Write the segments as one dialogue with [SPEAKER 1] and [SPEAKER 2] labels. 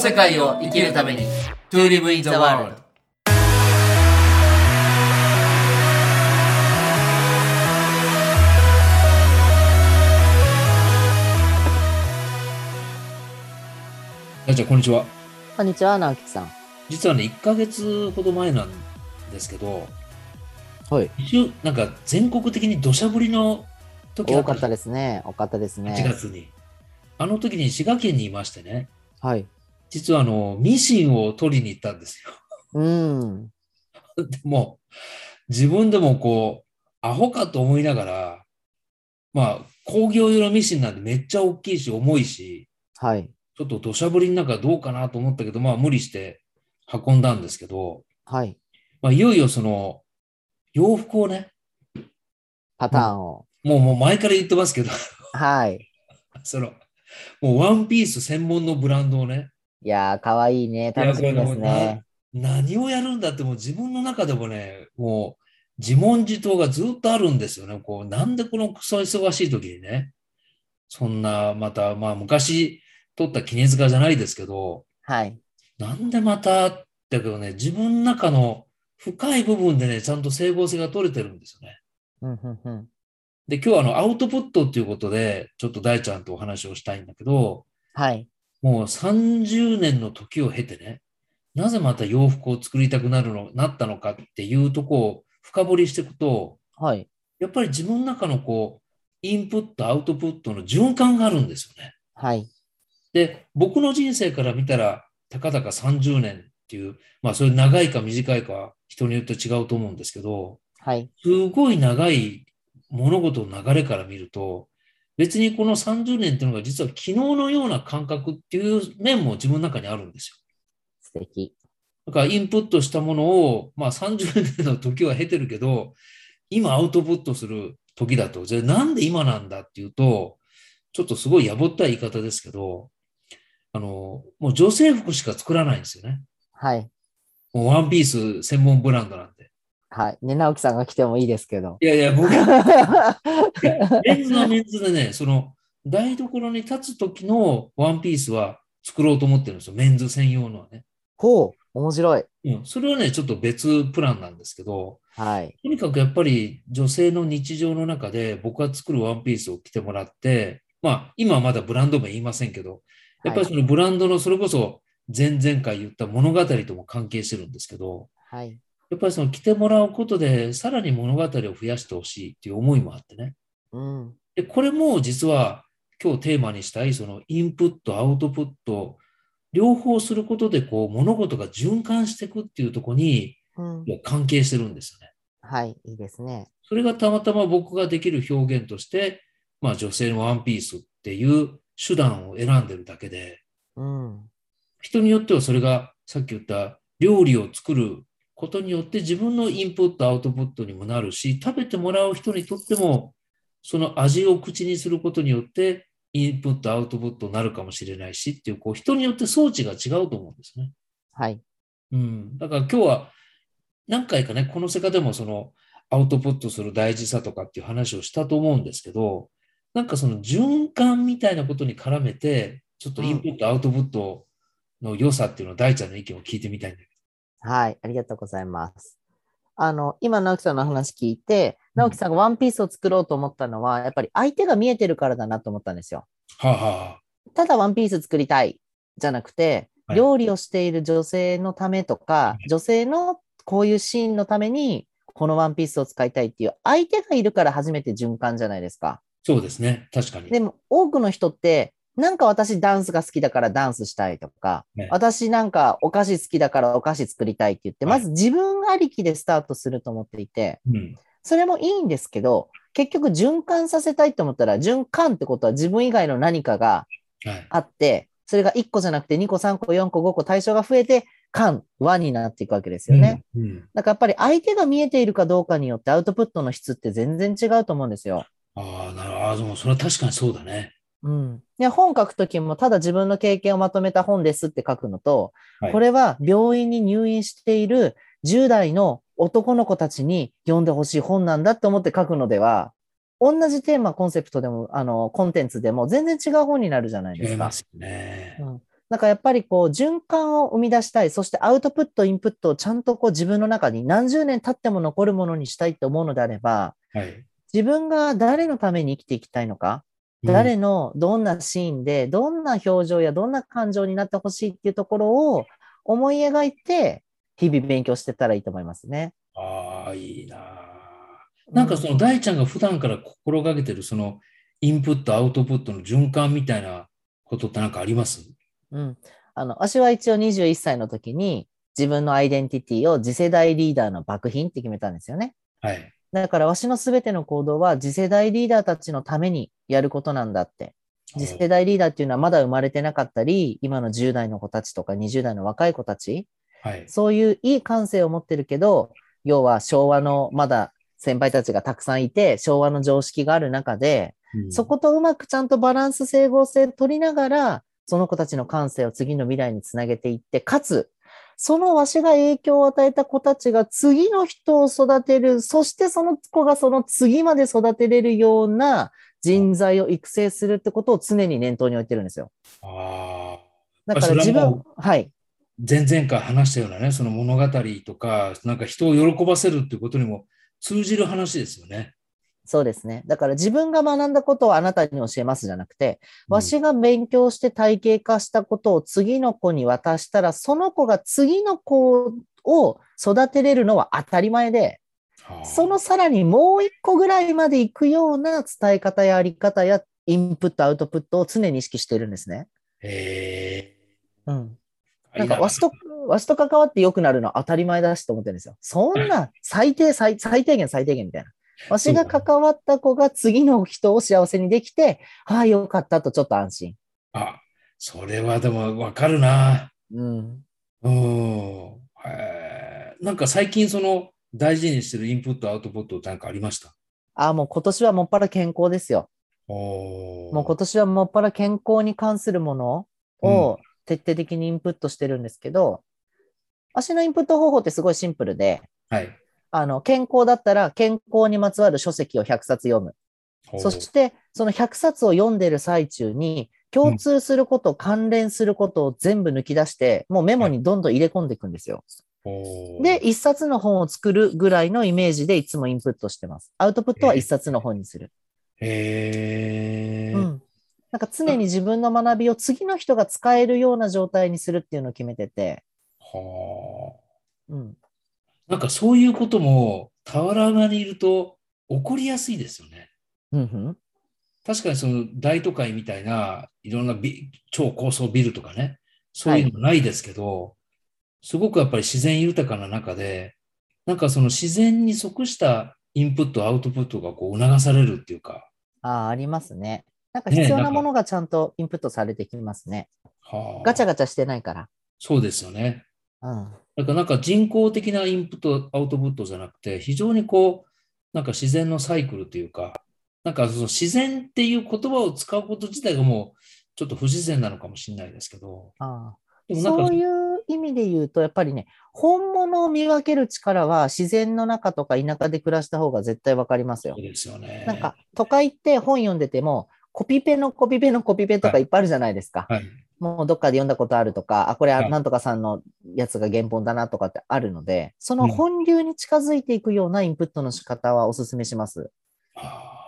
[SPEAKER 1] 世界を生きるために To live in the world
[SPEAKER 2] 大ちゃん、こんにちは。
[SPEAKER 3] こんにちは、直樹さん。
[SPEAKER 2] 実はね、1ヶ月ほど前なんですけど、
[SPEAKER 3] はい。
[SPEAKER 2] 一応なんか全国的に土砂降りの時
[SPEAKER 3] 多かった
[SPEAKER 2] で
[SPEAKER 3] ですね。多かったです
[SPEAKER 2] 8
[SPEAKER 3] ね。
[SPEAKER 2] 月に。あの時に滋賀県にいましてね、
[SPEAKER 3] はい。
[SPEAKER 2] 実はあの、ミシンを取りに行ったんです
[SPEAKER 3] うん。
[SPEAKER 2] よ。 でも、自分でもこう、アホかと思いながら、まあ、工業用のミシンなんでめっちゃ大きいし、重いし、
[SPEAKER 3] はい。
[SPEAKER 2] ちょっと土砂降りの中どうかなと思ったけど、まあ無理して運んだんですけど、
[SPEAKER 3] はい。
[SPEAKER 2] まあいよいよその、洋服をね、
[SPEAKER 3] パターンを。
[SPEAKER 2] もうもう前から言ってますけど、
[SPEAKER 3] はい。
[SPEAKER 2] その、もうワンピース専門のブランドをね、
[SPEAKER 3] いやー、かわいいね。楽しみです
[SPEAKER 2] いやこれも
[SPEAKER 3] ね。
[SPEAKER 2] 何をやるんだってもう自分の中でもね、もう自問自答がずっとあるんですよね。こう、なんでこのクソ忙しい時にね、そんな、また、まあ昔取った絹塚じゃないですけど、
[SPEAKER 3] はい。
[SPEAKER 2] なんでまた、だけどね、自分の中の深い部分でね、ちゃんと整合性が取れてるんですよね。
[SPEAKER 3] うん、うん、うん。
[SPEAKER 2] で、今日はあの、アウトプットっていうことで、ちょっと大ちゃんとお話をしたいんだけど、
[SPEAKER 3] はい。
[SPEAKER 2] もう30年の時を経てね、なぜまた洋服を作りたくなるの、なったのかっていうとこを深掘りしていくと、
[SPEAKER 3] はい。
[SPEAKER 2] やっぱり自分の中のこう、インプット、アウトプットの循環があるんですよね。
[SPEAKER 3] はい。
[SPEAKER 2] で、僕の人生から見たら、たかだか30年っていう、まあ、それ長いか短いかは人によって違うと思うんですけど、
[SPEAKER 3] はい。
[SPEAKER 2] すごい長い物事の流れから見ると、別にこの30年っていうのが実は昨日のような感覚っていう面も自分の中にあるんですよ。
[SPEAKER 3] 素敵。
[SPEAKER 2] だからインプットしたものを、まあ、30年の時は経てるけど、今アウトプットする時だと、じゃあなんで今なんだっていうと、ちょっとすごいやぼったい言い方ですけど、あの、もう女性服しか作らないんですよね。
[SPEAKER 3] はい。
[SPEAKER 2] もうワンピース専門ブランドなんで。
[SPEAKER 3] はい。ね、直樹さんが来てもいいですけ ど。
[SPEAKER 2] いやいや、僕は
[SPEAKER 3] は
[SPEAKER 2] メンズはメンズでね、その台所に立つ時のワンピースは作ろうと思ってるんですよ。メンズ専用のはね。
[SPEAKER 3] ほう。面白い。
[SPEAKER 2] うん、それはね、ちょっと別プランなんですけど、
[SPEAKER 3] はい。
[SPEAKER 2] とにかくやっぱり女性の日常の中で僕が作るワンピースを着てもらって、まあ今はまだブランド名言いませんけど、やっぱりそのブランドのそれこそ前々回言った物語とも関係してるんですけど、
[SPEAKER 3] はい。
[SPEAKER 2] やっぱりその着てもらうことでさらに物語を増やしてほしいっていう思いもあってね。
[SPEAKER 3] うん。
[SPEAKER 2] で、これも実は今日テーマにしたいそのインプット、アウトプット、両方することでこう物事が循環していくっていうところに
[SPEAKER 3] うん。
[SPEAKER 2] もう関係してるんですよね。
[SPEAKER 3] はい。いいですね。
[SPEAKER 2] それがたまたま僕ができる表現として、まあ、女性のワンピースっていう手段を選んでるだけで、
[SPEAKER 3] うん。
[SPEAKER 2] 人によってはそれがさっき言った料理を作ることによって自分のインプット、アウトプットにもなるし、食べてもらう人にとっても、その味を口にすることによって、インプット、アウトプットになるかもしれないしっていう、こう人によって装置が違うと思うんですね。
[SPEAKER 3] はい。
[SPEAKER 2] うん、だから今日は何回かね、この世界でもそのアウトプットする大事さとかっていう話をしたと思うんですけど、なんかその循環みたいなことに絡めて、ちょっとインプット、アウトプットの良さっていうのを大ちゃんの意見を聞いてみたいんだけ
[SPEAKER 3] はい、ありがとうございます。あの、今、直樹さんの話聞いて、直樹さんがワンピースを作ろうと思ったのは、やっぱり相手が見えてるからだなと思ったんですよ。
[SPEAKER 2] ど。はあ、は
[SPEAKER 3] ただワンピース作りたいじゃなくて、
[SPEAKER 2] はい
[SPEAKER 3] 料理をしている女性のためとか、女性のこういうシーンのために、このワンピースを使いたいっていう相手がいるから初めて循環じゃないですか。
[SPEAKER 2] そうですね。確かに。
[SPEAKER 3] でも多くの人って、なんか私ダンスが好きだからダンスしたいとか、
[SPEAKER 2] ね
[SPEAKER 3] 私なんかお菓子好きだからお菓子作りたいって言って、
[SPEAKER 2] はい
[SPEAKER 3] まず自分ありきでスタートすると思っていて、
[SPEAKER 2] うん、
[SPEAKER 3] それもいいんですけど、結局循環させたいと思ったら、循環ってことは自分以外の何かが
[SPEAKER 2] はい。
[SPEAKER 3] あって、それが1個じゃなくて2個、3個、4個、5個対象が増えて、間、和になっていくわけですよね。
[SPEAKER 2] うん。うん
[SPEAKER 3] だからやっぱり相手が見えているかどうかによってアウトプットの質って全然違うと思うんですよ。
[SPEAKER 2] ああ、なるほどあー。でもそれは確かにそうだね。
[SPEAKER 3] うん、で本書くときもただ自分の経験をまとめた本ですって書くのと、
[SPEAKER 2] はい
[SPEAKER 3] これは病院に入院している10代の男の子たちに読んでほしい本なんだと思って書くのでは同じテーマコンセプトでもあのコンテンツでも全然違う本になるじゃないで
[SPEAKER 2] 違い
[SPEAKER 3] すか
[SPEAKER 2] ま。すよね
[SPEAKER 3] う。んなんかやっぱりこう循環を生み出したい、そしてアウトプット、インプットをちゃんとこう自分の中に何十年経っても残るものにしたいって思うのであれば、
[SPEAKER 2] はい。
[SPEAKER 3] 自分が誰のために生きていきたいのか、誰のどんなシーンで、どんな表情やどんな感情になってほしいっていうところを思い描いて、日々勉強してたらいいと思いますね。
[SPEAKER 2] ああ、いいなあ。なんかその大ちゃんが普段から心がけてるそのインプット、アウトプットの循環みたいなことってなんかあります
[SPEAKER 3] うん。あの、私は一応21歳の時に自分のアイデンティティを次世代リーダーの爆品って決めたんですよね。
[SPEAKER 2] はい。
[SPEAKER 3] だから、わしのすべての行動は次世代リーダーたちのためにやることなんだって。次世代リーダーっていうのはまだ生まれてなかったり、今の10代の子たちとか20代の若い子たち、
[SPEAKER 2] はい。
[SPEAKER 3] そういういい感性を持ってるけど、要は昭和のまだ先輩たちがたくさんいて、昭和の常識がある中で、
[SPEAKER 2] うん
[SPEAKER 3] そことうまくちゃんとバランス整合性取りながら、その子たちの感性を次の未来につなげていって、かつ、そのわしが影響を与えた子たちが次の人を育てる、そしてその子がその次まで育てれるような人材を育成するってことを常に念頭に置いてるんですよ。
[SPEAKER 2] ああ。
[SPEAKER 3] だから
[SPEAKER 2] あそ
[SPEAKER 3] 自
[SPEAKER 2] れはも
[SPEAKER 3] 分、はい。
[SPEAKER 2] 前々回話したようなね、その物語とか、なんか人を喜ばせるっていうことにも通じる話ですよね。
[SPEAKER 3] そうですね。だから自分が学んだことをあなたに教えますじゃなくて、わしが勉強して体系化したことを次の子に渡したら、その子が次の子を育てれるのは当たり前で、
[SPEAKER 2] あー
[SPEAKER 3] そのさらにもう一個ぐらいまで行くような伝え方やあり方やインプット、アウトプットを常に意識してるんですね。
[SPEAKER 2] え
[SPEAKER 3] うん。
[SPEAKER 2] ー
[SPEAKER 3] なんかわしと、わしと関わって良くなるのは当たり前だしと思ってるんですよ。そんな最低最、最低限最低限みたいな。わしが関わった子が次の人を幸せにできて、ああ、よかったとちょっと安心。
[SPEAKER 2] あ、それはでもわかるな。
[SPEAKER 3] うん。
[SPEAKER 2] うん。えーなんか最近その大事にしてるインプット、アウトプットってなんかありました
[SPEAKER 3] ああ、もう今年はもっぱら健康ですよ。
[SPEAKER 2] おー
[SPEAKER 3] もう今年はもっぱら健康に関するものを徹底的にインプットしてるんですけど、足のインプット方法ってすごいシンプルで、
[SPEAKER 2] はい。
[SPEAKER 3] あの、健康だったら健康にまつわる書籍を100冊読む。
[SPEAKER 2] おー
[SPEAKER 3] そして、その100冊を読んでる最中に、共通すること、関連することを全部抜き出して、もうメモにどんどん入れ込んでいくんですよ。
[SPEAKER 2] おー
[SPEAKER 3] で、1冊の本を作るぐらいのイメージでいつもインプットしてます。アウトプットは1冊の本にする。
[SPEAKER 2] えー
[SPEAKER 3] うん。なんか常に自分の学びを次の人が使えるような状態にするっていうのを決めてて、
[SPEAKER 2] は
[SPEAKER 3] うん。
[SPEAKER 2] あ。なんかそういうことも、俵山にいると起こりやすいですよね。
[SPEAKER 3] うんうん、
[SPEAKER 2] 確かにその大都会みたいないろんなビ超高層ビルとかね、そういうのないですけど、すごくやっぱり自然豊かな中で、なんかその自然に即したインプット、アウトプットがこう促されるっていうか、
[SPEAKER 3] ああ、ありますね。なんか
[SPEAKER 2] ねえ
[SPEAKER 3] 必要
[SPEAKER 2] な
[SPEAKER 3] なん
[SPEAKER 2] か
[SPEAKER 3] ものがちゃんとインプットされてきますね。
[SPEAKER 2] はあ
[SPEAKER 3] ガチャガチャしてないから。
[SPEAKER 2] そうですよね。
[SPEAKER 3] うん。
[SPEAKER 2] だからなんか人工的なインプット、アウトプットじゃなくて、非常にこう、なんか自然のサイクルというか、なんかその自然っていう言葉を使うこと自体がもうちょっと不自然なのかもしれないですけど、
[SPEAKER 3] ああ。
[SPEAKER 2] でもなんか
[SPEAKER 3] そういう意味で言うと、やっぱりね、本物を見分ける力は自然の中とか田舎で暮らした方が絶対わかりますよ
[SPEAKER 2] そう。ですよね。
[SPEAKER 3] なんか都会って本読んでても、コピペのコピペのコピペとかいっぱいあるじゃないですか。
[SPEAKER 2] はい。
[SPEAKER 3] もうどっかで読んだことあるとか、あ、これ
[SPEAKER 2] は
[SPEAKER 3] はいなんとかさんのやつが原本だなとかってあるので、その
[SPEAKER 2] うん
[SPEAKER 3] 本流に近づいていくようなインプットの仕方はお勧めします。
[SPEAKER 2] あ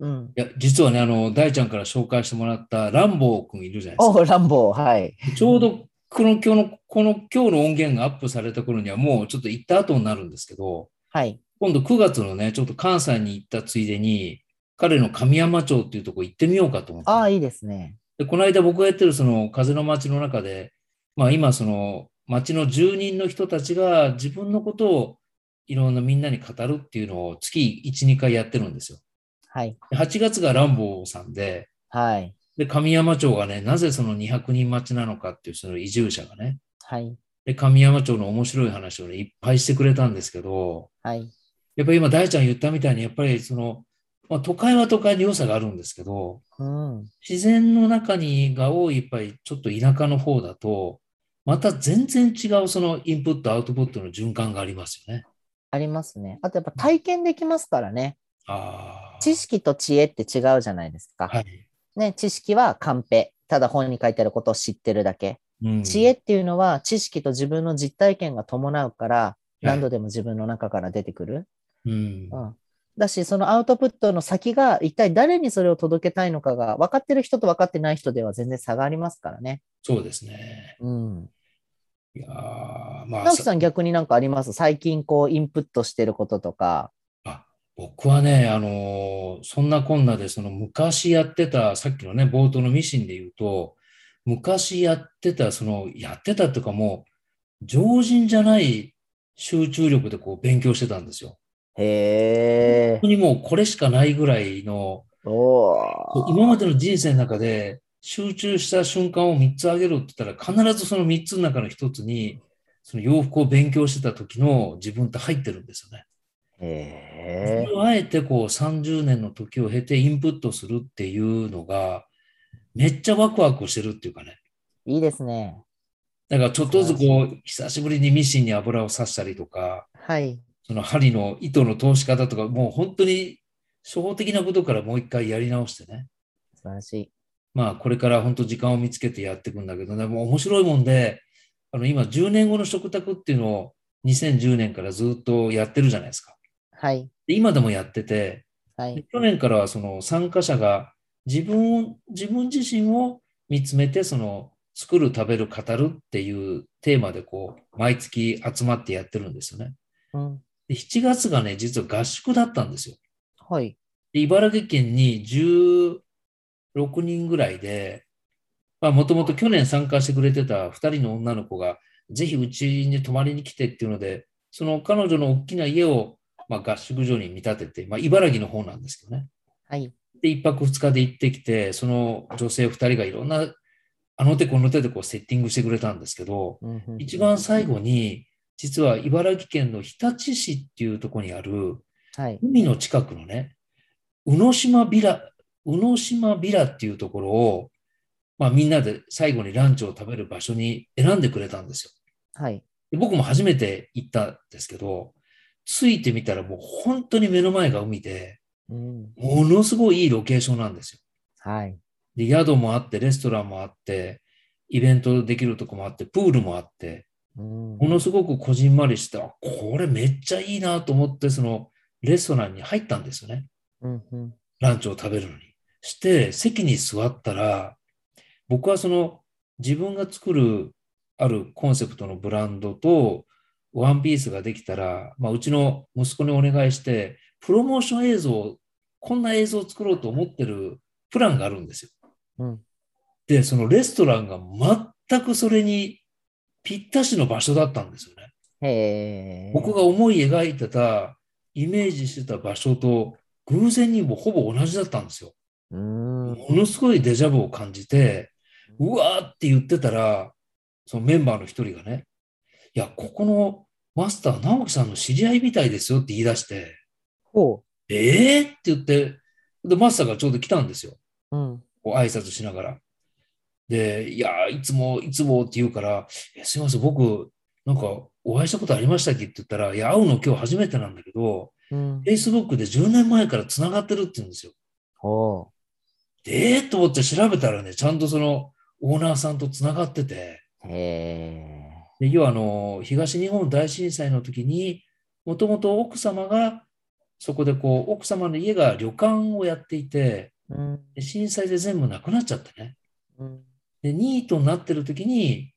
[SPEAKER 2] ー
[SPEAKER 3] うん。
[SPEAKER 2] いや、実はね、あの、大ちゃんから紹介してもらったランボーくんいるじゃないです
[SPEAKER 3] おう、ランボー、はい。
[SPEAKER 2] か。ちょうど、この今日の、この今日の音源がアップされた頃にはもうちょっと行った後になるんですけど、
[SPEAKER 3] はい。
[SPEAKER 2] 今度9月のね、ちょっと関西に行ったついでに、彼の神山町っていうとこ行ってみようかと思って。
[SPEAKER 3] ああ、いいですね。
[SPEAKER 2] で、この間僕がやってるその風の街の中で、まあ今その街の住人の人たちが自分のことをいろんなみんなに語るっていうのを月1、2回やってるんですよ。
[SPEAKER 3] はい。
[SPEAKER 2] で8月がランボーさんで、
[SPEAKER 3] はい。
[SPEAKER 2] で、神山町がね、なぜその200人待ちなのかっていう、その移住者がね。
[SPEAKER 3] はい。
[SPEAKER 2] で、神山町の面白い話をね、いっぱいしてくれたんですけど、
[SPEAKER 3] はい。
[SPEAKER 2] やっぱり今、大ちゃん言ったみたいに、やっぱりその、まあ、都会は都会で良さがあるんですけど、
[SPEAKER 3] うん。
[SPEAKER 2] 自然の中にが多い、やっぱりちょっと田舎の方だと、また全然違うそのインプット、アウトプットの循環がありますよね。
[SPEAKER 3] ありますね。あとやっぱ体験できますからね。
[SPEAKER 2] ああ。
[SPEAKER 3] 知識と知恵って違うじゃないですか。
[SPEAKER 2] はい。
[SPEAKER 3] ね、知識はカンペ。ただ本に書いてあることを知ってるだけ。
[SPEAKER 2] うん
[SPEAKER 3] 知恵っていうのは知識と自分の実体験が伴うから、何度でも自分の中から出てくる。
[SPEAKER 2] うん
[SPEAKER 3] うんだし、そのアウトプットの先が一体誰にそれを届けたいのかが分かってる人と分かってない人では全然差がありますからね。
[SPEAKER 2] そうですね。
[SPEAKER 3] うん。
[SPEAKER 2] いやーまあ
[SPEAKER 3] 直樹さん逆になんかあります最近こうインプットしてることとか。
[SPEAKER 2] 僕はね、あのーそんなこんなで、その昔やってた、さっきのね、冒頭のミシンで言うと、昔やってた、その、やってたとかもう、常人じゃない集中力でこう勉強してたんですよ。
[SPEAKER 3] へえ
[SPEAKER 2] 本。当にもうこれしかないぐらいの、
[SPEAKER 3] お
[SPEAKER 2] 今までの人生の中で集中した瞬間を3つあげろって言ったら、必ずその3つの中の1つに、その洋服を勉強してた時の自分って入ってるんですよね。
[SPEAKER 3] へ
[SPEAKER 2] それをあえてこう30年の時を経てインプットするっていうのが、めっちゃワクワクしてるっていうかね。
[SPEAKER 3] え。いいですね。
[SPEAKER 2] だからちょっとずつこう、久しぶりにミシンに油を刺したりとか、
[SPEAKER 3] はい。
[SPEAKER 2] その針の糸の通し方とか、もう本当に初歩的なことからもう一回やり直してね。
[SPEAKER 3] 素晴らしい。
[SPEAKER 2] まあこれから本当時間を見つけてやっていくんだけどね、もう面白いもんで、あの今10年後の食卓っていうのを2010年からずっとやってるじゃないですか。
[SPEAKER 3] はい。
[SPEAKER 2] で今でもやってて、
[SPEAKER 3] は
[SPEAKER 2] で
[SPEAKER 3] い。
[SPEAKER 2] 去年からはその参加者が自分を自分自身を見つめてその作る食べる語るっていうテーマでこう毎月集まってやってるんですよね。
[SPEAKER 3] うん。
[SPEAKER 2] で7月がね実は合宿だったんですよ。
[SPEAKER 3] はい。
[SPEAKER 2] で茨城県に16人ぐらいでもともと去年参加してくれてた2人の女の子がぜひうちに泊まりに来てっていうのでその彼女の大きな家をまあ合宿所に見立てて、まあ、茨城の方なんですけどね。
[SPEAKER 3] はい。
[SPEAKER 2] で、1泊2日で行ってきて、その女性2人がいろんな、あの手この手でこうセッティングしてくれたんですけど、
[SPEAKER 3] うんうんうん
[SPEAKER 2] 一番最後に、実は茨城県の日立市っていうところにある、
[SPEAKER 3] はい。
[SPEAKER 2] 海の近くのね、宇野島ビラ、宇野島ビラっていうところを、まあみんなで最後にランチを食べる場所に選んでくれたんですよ。
[SPEAKER 3] はい。
[SPEAKER 2] で僕も初めて行ったんですけど、着いてみたらもう本当に目の前が海で、
[SPEAKER 3] うん。
[SPEAKER 2] ものすごいいいロケーションなんですよ。
[SPEAKER 3] はい。
[SPEAKER 2] で、宿もあって、レストランもあって、イベントできるとこもあって、プールもあって、
[SPEAKER 3] うん
[SPEAKER 2] ものすごくこじんまりして、あこれめっちゃいいなと思って、そのレストランに入ったんですよね。
[SPEAKER 3] うんうん
[SPEAKER 2] ランチを食べるのに。して、席に座ったら、僕はその自分が作るあるコンセプトのブランドと、ワンピースができたら、まあ、うちの息子にお願いして、プロモーション映像を、こんな映像を作ろうと思ってるプランがあるんですよ。
[SPEAKER 3] うん。
[SPEAKER 2] で、そのレストランが全くそれにぴったしの場所だったんですよね。
[SPEAKER 3] へえ。
[SPEAKER 2] 僕が思い描いてた、イメージしてた場所と、偶然にもほぼ同じだったんですよ。
[SPEAKER 3] うん。
[SPEAKER 2] ものすごいデジャブを感じて、うわーって言ってたら、そのメンバーの一人がね、いや、ここのマスター、直樹さんの知り合いみたいですよって言い出して、
[SPEAKER 3] ほ
[SPEAKER 2] えーって言って、で、マスターがちょうど来たんですよ。
[SPEAKER 3] う。うん。
[SPEAKER 2] こう挨拶しながら。で、いやー、いつも、いつもって言うから、えすいません、僕、なんか、お会いしたことありましたっけって言ったら、いや、会うの今日初めてなんだけど、
[SPEAKER 3] うん。
[SPEAKER 2] Facebook で10年前から繋がってるって言うんですよ。
[SPEAKER 3] ほ
[SPEAKER 2] で、えー、と思って調べたらね、ちゃんとその、オーナーさんと繋がってて、
[SPEAKER 3] う。へ
[SPEAKER 2] で要はあの、東日本大震災の時に、もともと奥様が、そこでこう、奥様の家が旅館をやっていて、
[SPEAKER 3] え。うん。
[SPEAKER 2] で震災で全部なくなっちゃってね。
[SPEAKER 3] うん。
[SPEAKER 2] で、ニートになってる時に、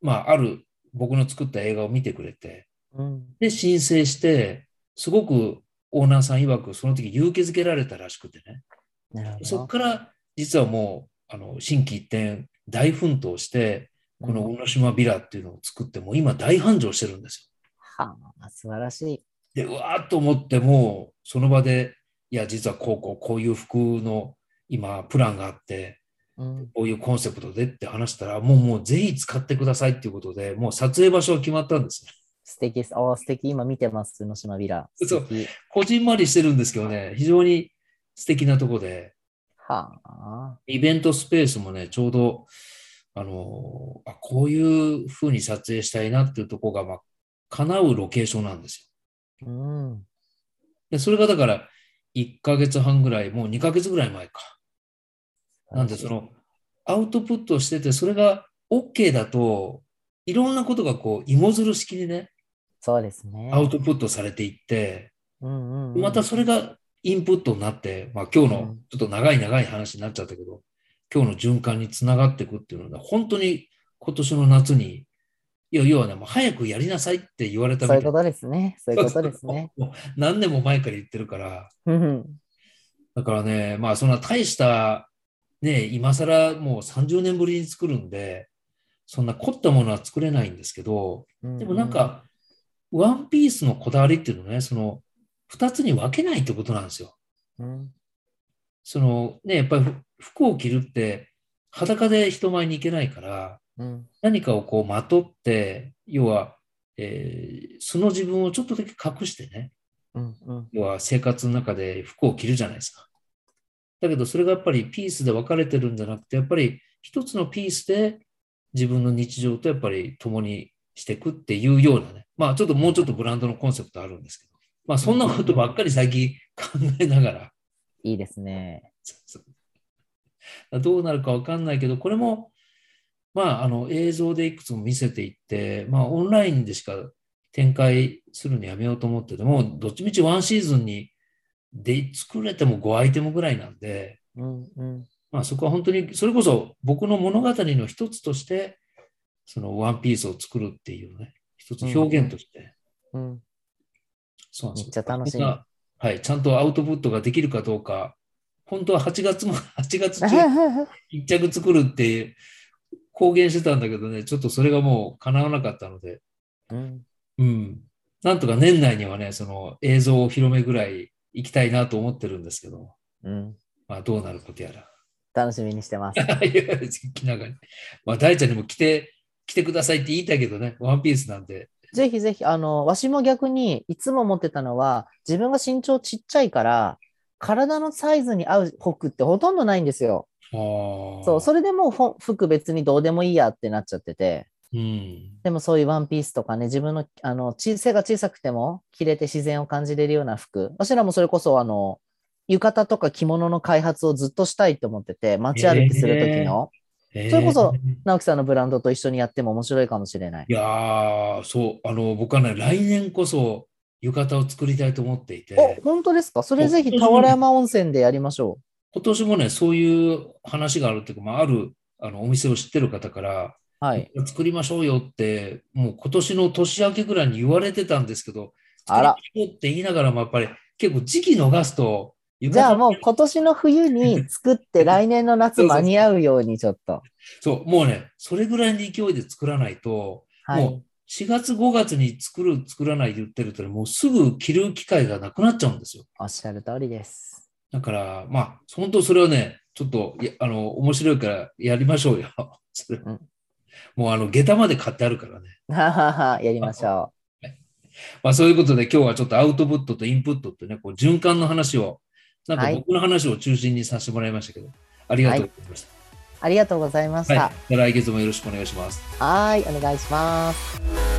[SPEAKER 2] まあ、ある僕の作った映画を見てくれて、
[SPEAKER 3] うん。
[SPEAKER 2] で、申請して、すごくオーナーさん曰く、その時勇気づけられたらしくてね。
[SPEAKER 3] なるほど。
[SPEAKER 2] そこから、実はもう、あの、心機一転、大奮闘して、この
[SPEAKER 3] うん
[SPEAKER 2] 小野島ビラっていうのを作って、もう今大繁盛してるんです
[SPEAKER 3] はあ、素晴らしい。
[SPEAKER 2] よ。で、うわーっと思って、もう、その場で、いや、実はこうこう、こういう服の今、プランがあって、
[SPEAKER 3] うん。
[SPEAKER 2] こういうコンセプトでって話したら、もうもうぜひ使ってくださいっていうことで、もう撮影場所が決まったんですね。
[SPEAKER 3] 素敵です。ああ、素敵。今見てます。の島ビラ。
[SPEAKER 2] 嘘
[SPEAKER 3] 素敵。
[SPEAKER 2] こじんまりしてるんですけどね、非常に素敵なとこで、
[SPEAKER 3] はあ。
[SPEAKER 2] イベントスペースもね、ちょうど、あの、あこういう風に撮影したいなっていうとこが、まあ、叶うロケーションなんです
[SPEAKER 3] うん。
[SPEAKER 2] よ。で、それがだから、1ヶ月半ぐらい、もう2ヶ月ぐらい前か。なんで、その、アウトプットをしてて、それが OK だと、いろんなことがこう、芋づる式にね、
[SPEAKER 3] そうですね。
[SPEAKER 2] アウトプットされていって、
[SPEAKER 3] うんうんうん
[SPEAKER 2] またそれがインプットになって、まあ今日
[SPEAKER 3] う
[SPEAKER 2] の
[SPEAKER 3] ん
[SPEAKER 2] ちょっと長い長い話になっちゃったけど、今日の循環につながっていくっていうのは、本当に今年の夏に、いや、要はね、もう早くやりなさいって言われた
[SPEAKER 3] そういう
[SPEAKER 2] みた
[SPEAKER 3] こ
[SPEAKER 2] いな。
[SPEAKER 3] とですね。そういうことですね。
[SPEAKER 2] もう何年も前から言ってるから、
[SPEAKER 3] うんうん
[SPEAKER 2] だからね、まあそんな大した、ね、今更もう30年ぶりに作るんで、そんな凝ったものは作れないんですけど、
[SPEAKER 3] うんうん
[SPEAKER 2] でもなん、か、ワンピースのこだわりっていうのね、その、二つに分けないってことなんですよ。
[SPEAKER 3] うん
[SPEAKER 2] そのね、やっぱりふ服を着るって、裸で人前に行けないから、
[SPEAKER 3] うん
[SPEAKER 2] 何かをこうまとって、要は、えーその自分をちょっとだけ隠してね、
[SPEAKER 3] うんうん
[SPEAKER 2] 要は生活の中で服を着るじゃないですか。だけどそれがやっぱりピースで分かれてるんじゃなくて、やっぱり一つのピースで自分の日常とやっぱり共にしていくっていうようなね。まあちょっともうちょっとブランドのコンセプトあるんですけど、まあそんなことばっかり最近考えながら、
[SPEAKER 3] いいですね。
[SPEAKER 2] どうなるか分かんないけど、これも、まあ、あの映像でいくつも見せていって、まあ、オンラインでしか展開するのやめようと思ってても、どっちみちワンシーズンにで作れても5アイテムぐらいなんで、
[SPEAKER 3] うんうん
[SPEAKER 2] まあ、そこは本当に、それこそ僕の物語の一つとして、そのワンピースを作るっていうね、一つ表現として、
[SPEAKER 3] うん
[SPEAKER 2] そうなんです
[SPEAKER 3] め
[SPEAKER 2] よ
[SPEAKER 3] っちゃ楽しみ
[SPEAKER 2] 僕がはい、ちゃんとアウトプットができるかどうか、本当は8月も、8月中 一着作るって公言してたんだけどね、ちょっとそれがもう叶わなかったので、
[SPEAKER 3] うん
[SPEAKER 2] うん。なんとか年内にはね、その映像お披露目ぐらい行きたいなと思ってるんですけど、
[SPEAKER 3] うん
[SPEAKER 2] まあどうなることやら。
[SPEAKER 3] 楽しみにしてます。
[SPEAKER 2] いや気長に。まあ大ちゃんにも来て、来てくださいって言いたいけどね、ワンピースなんで。
[SPEAKER 3] ぜひぜひ、あの、わしも逆にいつも思ってたのは、自分が身長ちっちゃいから、体のサイズに合う服ってほとんどないんですよ。
[SPEAKER 2] そ
[SPEAKER 3] そう、それでもうほ服別にどうでもいいやってなっちゃってて、
[SPEAKER 2] うん。
[SPEAKER 3] でもそういうワンピースとかね、自分の、あの、ち背が小さくても着れて自然を感じれるような服。私らもそれこそ、あの、浴衣とか着物の開発をずっとしたいと思ってて、街歩きする時の、
[SPEAKER 2] え
[SPEAKER 3] それこそ
[SPEAKER 2] ー
[SPEAKER 3] 直樹さんのブランドと一緒にやっても面白いかもしれない。
[SPEAKER 2] いやー、そう、あの、僕はね、来年こそ浴衣を作りたいと思っていて。
[SPEAKER 3] お、本当ですかそれぜひ俵山温泉でやりましょ
[SPEAKER 2] 今年もね、そういう話があるっていうか、まあ、あるあのお店を知ってる方から、
[SPEAKER 3] う。はい。
[SPEAKER 2] 作りましょうよって、もう今年の年明けぐらいに言われてたんですけど、
[SPEAKER 3] あら。
[SPEAKER 2] 作りましょうって言いながらも、やっぱり結構時期逃すと、
[SPEAKER 3] じゃあも
[SPEAKER 2] も
[SPEAKER 3] う今年の冬に作って来年の夏間に合うようにちょっ と。
[SPEAKER 2] そう、もうね、それぐらいの勢いで作らないと、
[SPEAKER 3] は
[SPEAKER 2] も
[SPEAKER 3] い。
[SPEAKER 2] う4月、5月に作る、作らない言ってるとね、もうすぐ着る機会がなくなっちゃうんですよ。
[SPEAKER 3] おっしゃる通りです。
[SPEAKER 2] だから、まあ、本当それはね、ちょっと、いやあの、面白いからやりましょうよ。それ
[SPEAKER 3] うん
[SPEAKER 2] もう、あの、下駄まで買ってあるからね。
[SPEAKER 3] はははは、やりましょ
[SPEAKER 2] まあ、そういうことで、今日はちょっとアウトプットとインプットってね、こう循環の話を、なんか
[SPEAKER 3] はい
[SPEAKER 2] 僕の話を中心にさせてもらいましたけど、ありがとうございまし。
[SPEAKER 3] う。ありがとうございましたた。
[SPEAKER 2] はい。じゃあ来月もよろしくお願いします。
[SPEAKER 3] はーい、お願いします。